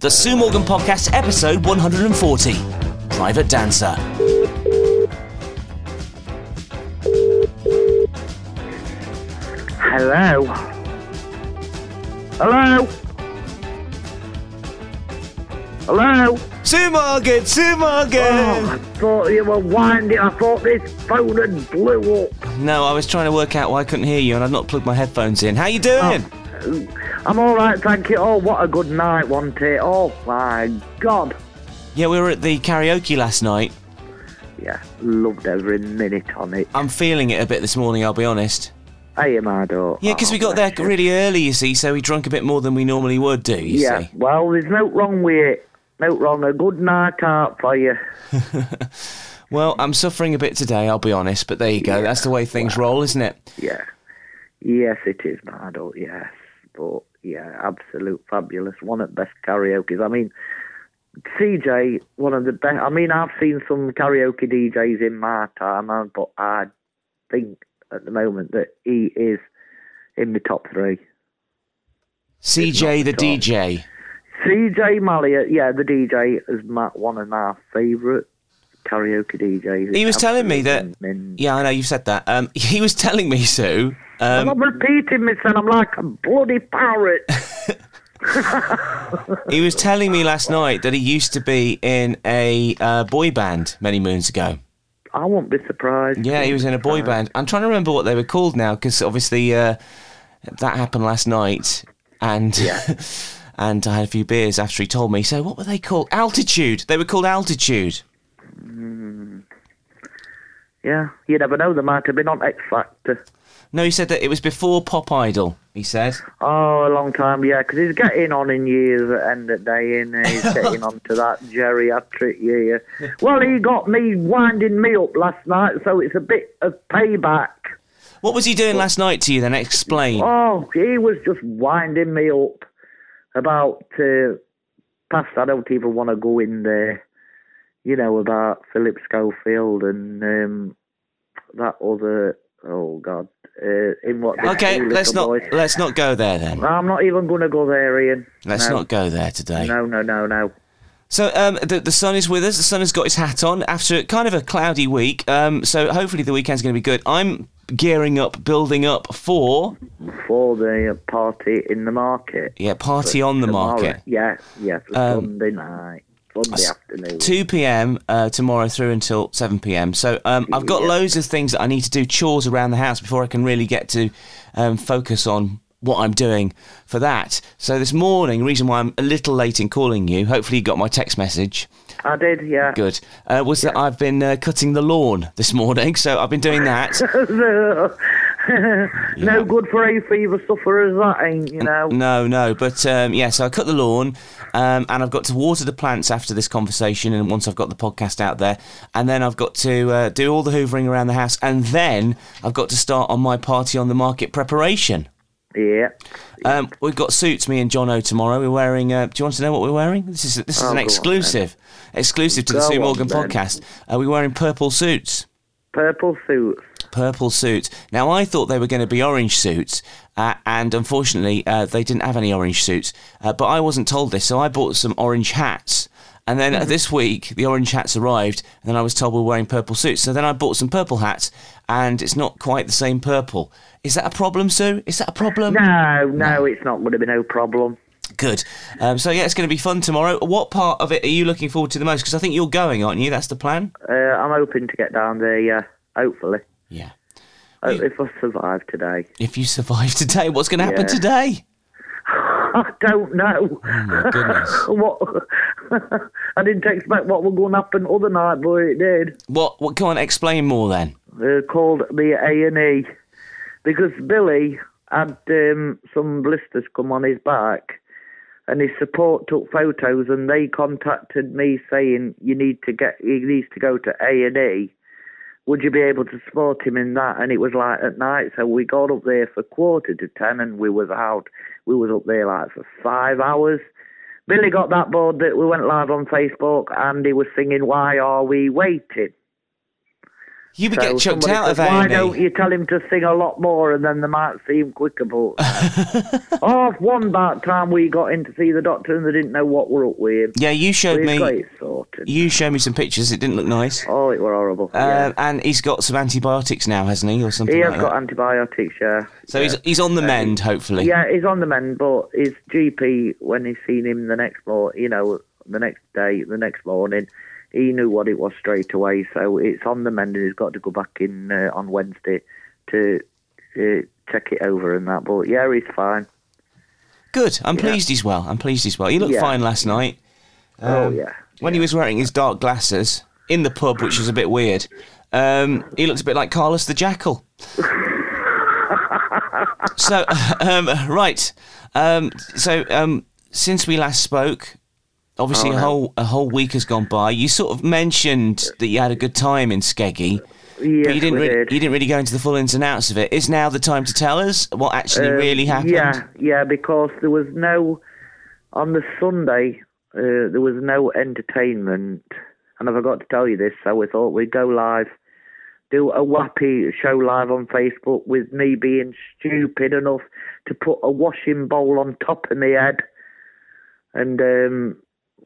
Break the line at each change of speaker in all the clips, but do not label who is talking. The Sue Morgan Podcast, episode 140 Private Dancer.
Hello. Hello. Hello.
Sue Morgan, Sue
Oh, I
Morgan!
thought you were winding. I thought this phone had blew up.
No, I was trying to work out why I couldn't hear you and I'd not plugged my headphones in. How you doing?
I'm all right, thank you. Oh, what a good night, wasn't it? Oh my God.
Yeah, we were at the karaoke last night.
Yeah, loved every minute on it.
I'm feeling it a bit this morning, I'll be honest.
Hey, Amado.
Yeah, because we got there really early, you see, so we drunk a bit more than we normally would do, you
Yeah.
see.
Well, there's no wrong with it. No wrong. A good night out for you.
Well, I'm suffering a bit today, I'll be honest, but there you go. That's the way things roll, isn't it?
Yeah. Yes, it is, Mardo. Yes. But, yeah, absolute fabulous. One of the best karaoke's. I mean, CJ, one of the best. I mean, I've seen some karaoke DJs in my time, uh, but I think at the moment that he is in the top three.
CJ the
It's not
DJ.
CJ Malliot, yeah, the DJ, is my, one of my favourite karaoke DJs.
He was telling me that-
Absolutely.
Yeah, I know you've said that. Um, he was telling me, Sue. Um,
I'm repeating myself. I'm like a bloody parrot.
he was telling me last night that he used to be in a uh, boy band many moons ago.
I won't be surprised.
Yeah, he was in a boy band. I'm trying to remember what they were called now because obviously uh, that happened last night, and and I had a few beers after he told me. So what were they called? Altitude. They were called Altitude.
Yeah, you never know. They might have been on X Factor.
No, he said that it was before Pop Idol. He said.
Oh, a long time, yeah, because he's getting on in years at the end of the day, and he's getting on to that geriatric year. Well, he got me winding me up last night, so it's a bit of payback.
What was he doing last night to you? Then explain.
Oh, he was just winding me up about uh, past. I don't even want to go in there. You know about Philip Schofield and um, that other. Oh God, uh, in what? the
Okay,
Two
let's not
Little Boys-
let's not go there then.
No, I'm not even going to go there, Ian.
Let's
no,
not go there today.
No, no, no, no.
So um, the the sun is with us. The sun has got his hat on after kind of a cloudy week. Um, so hopefully the weekend's going to be good. I'm gearing up, building up for
For the uh, party in the market.
yeah party on the
Tomorrow.
market.
Yeah, yeah, for
Um,
Sunday night, Sunday afternoon.
2 p.m. Uh, tomorrow through until 7 p.m. So um, I've got
Yeah.
loads of things that I need to do, chores around the house before I can really get to um, focus on what I'm doing for that. So this morning, reason why I'm a little late in calling you, hopefully you got my text message.
I did, yeah.
Good. Uh, was that I've been uh, cutting the lawn this morning, so I've been doing that.
no
Yeah. Mm,
good for hay fever sufferers, that ain't, you know.
No, no, but um, yeah, so I cut the lawn um, and I've got to water the plants after this conversation and once I've got the podcast out there. And then I've got to uh, do all the hoovering around the house and then I've got to start on my party on the market preparation.
Yeah.
Um, we've got suits, me and John O tomorrow. We're wearing, uh, do you want to know what we're wearing? This is, this is
Oh,
an
go on,
exclusive, exclusive to the
Go
Sue
on,
Morgan
then.
podcast. Uh, we're wearing purple suits.
Purple suits.
Purple suits. Now, I thought they were going to be orange suits, uh, and unfortunately, uh, they didn't have any orange suits. Uh, but I wasn't told this, so I bought some orange hats. And then
Mm-hmm.
uh, this week, the orange hats arrived, and then I was told we were wearing purple suits. So then I bought some purple hats, and it's not quite the same purple. Is that a problem, Sue? Is that a problem?
No, no, it's not going to be no problem.
Good. Um, so, yeah, it's going to be fun tomorrow. What part of it are you looking forward to the most? Because I think you're going, aren't you? That's the plan?
Uh, I'm hoping to get down there, yeah. Hopefully.
Yeah.
Uh,
You-
If I survive today.
If you survive today, what's going to happen
Yeah.
today?
I don't know.
My goodness.
what? I didn't expect what was going to happen other night, but it did.
What? What? Go on, explain more then.
They're called the A and E because Billy had um, some blisters come on his back, and his support took photos, and they contacted me saying you need to get he needs to go to A and E. Would you be able to support him in that? And it was like at night, so we got up there for quarter to ten, and we was out. We was up there like for five hours. Billy got that board that we went live on Facebook, and he was singing "Why Are We Waiting."
You would get chucked
somebody
out of E.
said, Why
A&E.
don't you tell him to sing a lot more and then they might see him quicker? But oh, one bad time we got in to see the doctor and they didn't know what were up with him.
Yeah, you showed
We've
me.
got it sorted.
You showed me some pictures. It didn't look nice.
Oh, it were horrible. yeah.
Uh, and he's got some antibiotics now, hasn't he, or something
He has
like
got
that?
antibiotics, yeah.
So he's he's on the mend, hopefully.
Yeah, he's on the mend, but his GP, when he seen him the next morning, you know, the next day, the next morning, he knew what it was straight away. So it's on the mend, and he's got to go back in uh, on Wednesday to uh, check it over and that. But yeah, he's fine.
Good. I'm pleased he's well. I'm pleased he's well. He looked
Yeah.
fine last night
oh
Um,
yeah,
when he was wearing his dark glasses in the pub, which was a bit weird. Um, he looked a bit like Carlos the Jackal. so um, right. Um, so um, since we last spoke. Obviously,
Oh,
a whole a whole week has gone by. You sort of mentioned that you had a good time in Skeggy.
yes,
But you didn't
we
really,
did.
you didn't really go into the full ins and outs of it. Is now the time to tell us what actually
Um,
really happened?
Yeah, yeah, because there was no on the Sunday uh, there was no entertainment, and I forgot to tell you this, so we thought we'd go live, do a wappy show live on Facebook with me being stupid enough to put a washing bowl on top of my head, and um,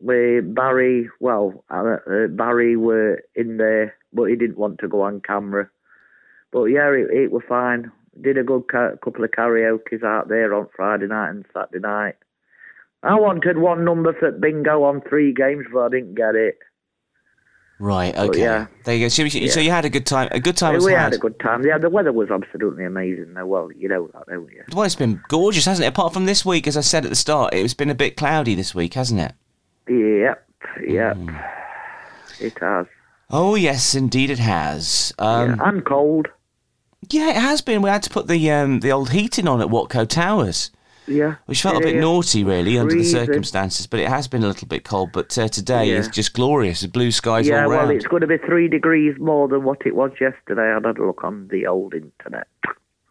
we Barry, well, uh, uh, Barry were in there, but he didn't want to go on camera. But yeah, it, it were fine. Did a good ca- couple of karaoke's out there on Friday night and Saturday night. I wanted one number for bingo on three games, but I didn't get it.
Right. Okay.
Oh, yeah.
There you go. So, you- so you had a good time. A good time was
we
had.
had a good time. Yeah, the weather was absolutely amazing. Though. Well, you know that, don't you?
Well, it's been gorgeous, hasn't it? Apart from this week, as I said at the start, it's been a bit cloudy this week, hasn't it?
Yep, yep.
Hmm.
It has.
Oh yes, indeed it has. Um,
yeah. And cold.
yeah. it has been. We had to put the um, the old heating on at Watco Towers,
Yeah.
which felt a bit
Yeah.
naughty, really, under the
freezing.
circumstances. But it has been a little bit cold. But uh, today
Yeah.
is just glorious. The blue skies
Yeah,
all
well,
round.
it's going to be three degrees more than what it was yesterday. I had a look on the old internet.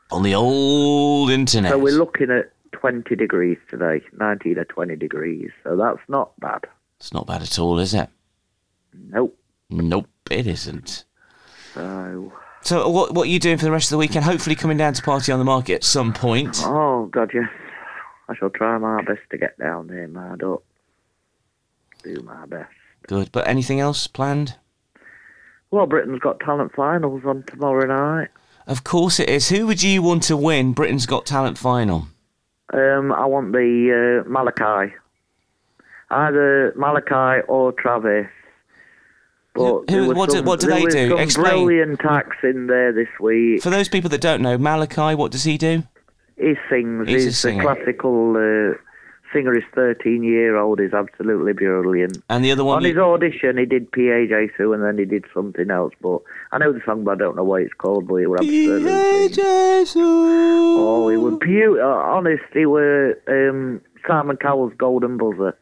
On the old internet.
So we're looking at 20 degrees today, 19 or 20 degrees. So that's not bad.
It's not bad at all, is it?
Nope.
Nope, it isn't.
So,
So, uh, what what are you doing for the rest of the weekend? Hopefully, coming down to party on the market at some point.
oh god, yes. I shall try my best to get down there, mad up. Do my best.
Good. But anything else planned?
Well, Britain's Got Talent finals on tomorrow night.
Of course it is. Who would you want to win Britain's Got Talent final?
Um, I want the uh, Malachi, either Malachi or Travis.
Who-
there
who-
were
what do- what do
there
they
were
do?
Some
Explain.
brilliant acts in there this week.
For those people that don't know, Malachi, what does he do?
He sings.
He's
He's,
a
a,
singer.
classical uh, singer. He's 13 year old. He's absolutely brilliant.
And the other one,
On his audition, he did P.A.J. Sue and then he did something else. But I know the song, but I don't know what it's called. But it was absolutely.
PJ Sue.
Oh, he was beautiful. Honest, he were um, Simon Cowell's golden buzzer.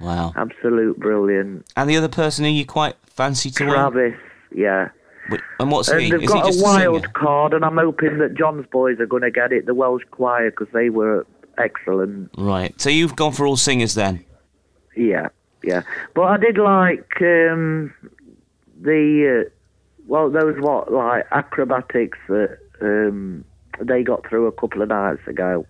Wow.
Absolute brilliant.
And the other person who you quite fancy to win?
Travis, yeah.
Wh- And what's
And
he?
they've
Is he
got
just
a
a
wild
singer?
card, and I'm hoping that John's boys are going to get it. The Welsh choir, because they were excellent.
Right. So you've gone for all singers then?
Yeah, yeah. But I did like um, the uh, well, those what like acrobatics that um, they got through a couple of nights ago.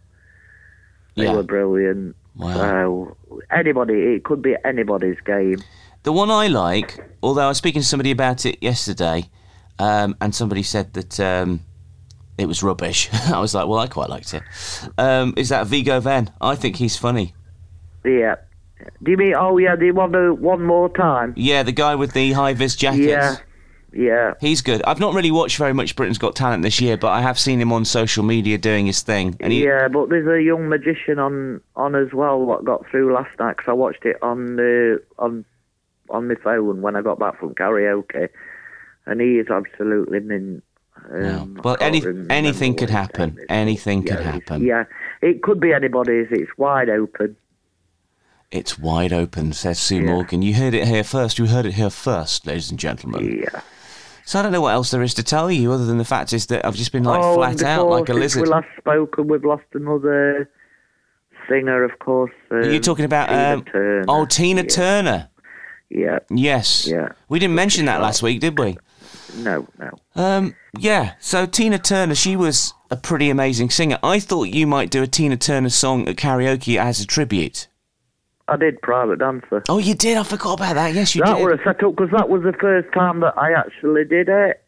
They
Yeah.
were brilliant.
Wow.
So anybody, it could be anybody's game.
The one I like, although I was speaking to somebody about it yesterday, um, and somebody said that um, it was rubbish. I was like, well, I quite liked it. Um, is that Vigo Ven? I think he's funny.
Yeah. Do you mean? Oh yeah, do you want to one more time?
Yeah, the guy with the high vis jackets.
Yeah, yeah.
He's good. I've not really watched very much Britain's Got Talent this year, but I have seen him on social media doing his thing. And he,
yeah, but there's a young magician on on as well. What got through last night? 'cause I watched it on the on on my phone when I got back from karaoke, and he is absolutely mint. Um,
No.
I
Well,
can't
any-
remember
anything
what
could
his name
happen.
is, but
Anything
yeah,
could
it's-
happen.
Yeah, it could be anybody's. It's wide open.
It's wide open, says Sue
Yeah.
Morgan. You heard it here first. You heard it here first, ladies and gentlemen.
Yeah.
So I don't know what else there is to tell you other than the fact is that I've just been like
oh, and
flat out
before,
like a
since
lizard.
We last spoken. We've lost another singer, of course. Um,
You're talking about
Tina
um,
Turner.
oh Tina Turner.
Yeah.
Yes.
Yeah.
We didn't mention that last week, did we?
No, no.
Um, yeah. So Tina Turner, she was a pretty amazing singer. I thought you might do a Tina Turner song at karaoke as a tribute.
I did private dancer.
Oh, you did. I forgot about that. Yes, you
that
did.
were a setup because that was the first time that I actually did it.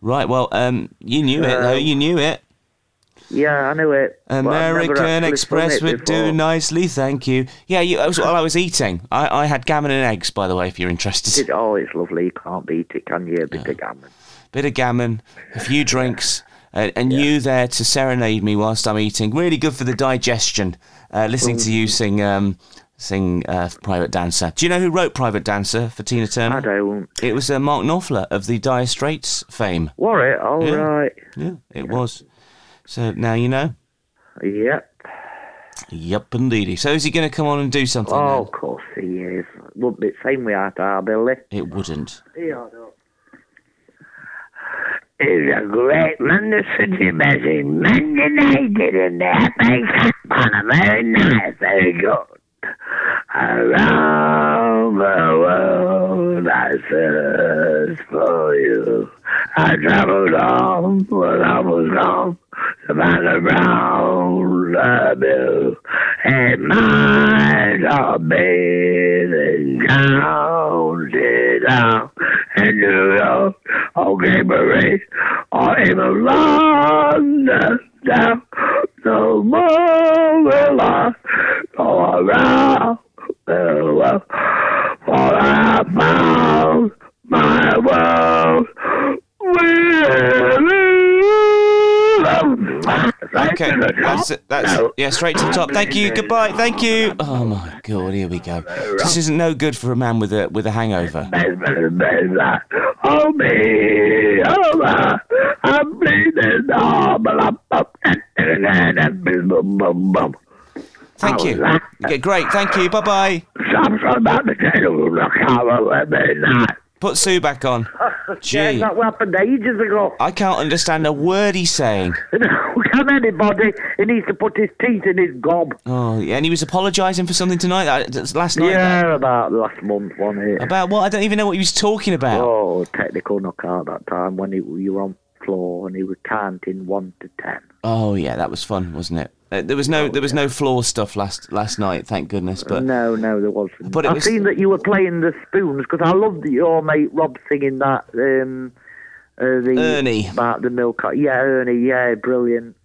Right. Well, um, you knew it though.
No.
You knew it.
Yeah, I knew it. but I've never
American
actually
Express
sung it
would do
before.
nicely, thank you. Yeah, you, that was while I was eating. I, I had gammon and eggs, by the way, if you're interested.
Did- Oh, it's lovely. You can't beat it, can you? A bit of gammon.
Bit of gammon, a few drinks, uh, and you there to serenade me whilst I'm eating. Really good for the digestion. Uh, listening to
Mm.
you sing, um, sing uh, Private Dancer. Do you know who wrote Private Dancer for Tina Turner?
I don't.
It was uh, Mark Knopfler of the Dire Straits fame.
Were it? All
Yeah.
right.
Yeah, it was. So now you know.
Yep.
Yup, indeedy. So is he going to come on and do something? then?
Oh, of course he is. Wouldn't it same way at our Billy?
It wouldn't.
He's a great man, the city busy. Man United in their big hat on a very nice, very good. Around the world I searched for you. I traveled on, but I was gone. The man around the bill. It might have been counted out in New York or Gamery or even London. Now, no more will I go around the world, for I found my world with
Okay, that's it. That's
No.
yeah, straight to the top. Thank you. Goodbye. Thank you. Oh my god, here we go. This isn't no good for a man with a with a hangover.
Oh me, oh my, I'm bleeding, oh, blah, blah,
Thank you. Yeah, great. Thank you. Bye bye.
Something about the title of the cover would be nice.
Put Sue back on.
Yeah,
Gee,
that happened ages ago.
I can't understand a word he's saying.
Can anybody? He needs to put his teeth in his gob.
Oh, yeah, and he was apologising for something tonight. that- that's Last night.
about last month, wasn't it?
About what? I don't even know what he was talking about.
Oh, technical knockout that time when he, you were on floor and he was counting one to ten.
Oh yeah, that was fun, wasn't it? Uh, There was no there was no floor stuff last last night. Thank goodness. But
no, no, there wasn't.
But it
I've
was-
seen that you were playing the spoons because I loved your mate Rob singing that. Um, uh, the
Ernie.
about the milk. Yeah, Ernie. Yeah, brilliant.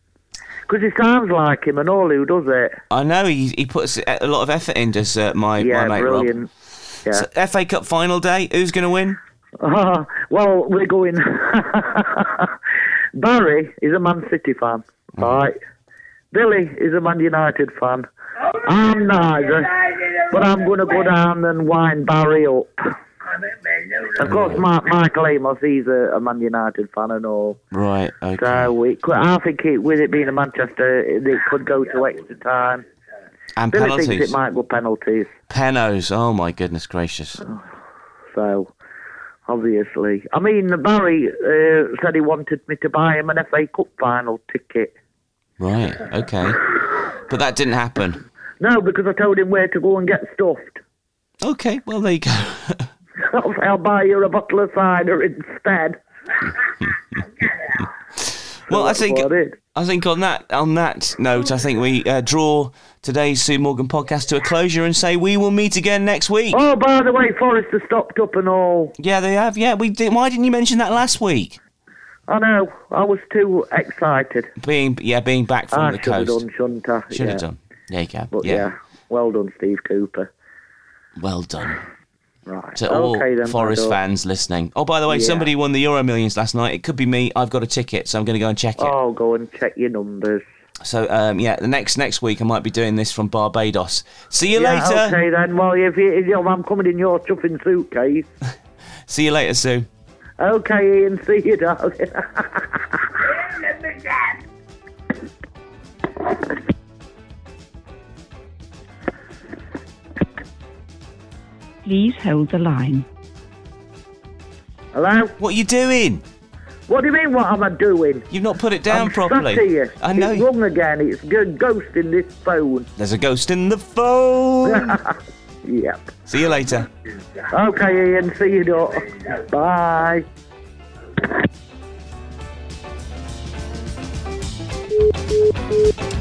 Because he sounds like him and all who does it.
I know he he puts a lot of effort into uh, my
Yeah,
my mate Rob.
brilliant. Yeah.
So, FA Cup final day. Who's going to win?
Ah, well, we're going. Barry is a Man City fan,
Hmm.
right? Billy is a Man United fan. I'm neither, but I'm going to go down and wind Barry up. Of course, Ma- Michael Amos, he's a, a Man United fan and all.
Right. Okay.
So it, could- I think it, with it being a Manchester, it, it could go to extra time.
and
Billy
penalties.
thinks it might go penalties.
Penos. Oh my goodness gracious.
So, obviously, I mean, Barry uh, said he wanted me to buy him an FA Cup final ticket.
Right. Okay. But that didn't happen.
No, because I told him where to go and get stuffed.
Okay. Well, there you go.
I'll say, "I'll buy you a bottle of cider instead.
Well, I think
What it?
I think on that on that note, I think we uh, draw today's Sue Morgan podcast to a closure and say we will meet again next week.
Oh, by the way, Forrester stopped up and all.
Yeah, they have. Yeah, we did. Why didn't you mention that last week?
I know, I was too excited.
Being yeah, being back from
I
the
should have
coast.
Ah, done, shouldn't I?
Should
yeah.
have done. There you go.
But yeah.
yeah.
well done, Steve Cooper.
Well done.
Right.
to
okay,
all
then,
Forest
Mado.
fans listening. Oh, by the way,
Yeah.
somebody won the Euro Millions last night. It could be me. I've got a ticket, so I'm going to go and check it.
Oh, go and check your numbers.
So, um, yeah, the next next week I might be doing this from Barbados. See you
Yeah,
later.
okay then. Well, if you, if you- I'm coming in your chuffing suitcase.
See you later, Sue.
Okay, Ian. See you, darling.
Please hold the line.
Hello.
What are you doing?
What do you mean? What am I doing?
You've not put it down
I'm
properly.
Sat here.
I know.
It's rung again. It's go- ghosting this phone.
There's a ghost in the phone.
Yep.
See you later.
Okay, Ian. See you, darling. Bye.
Bye.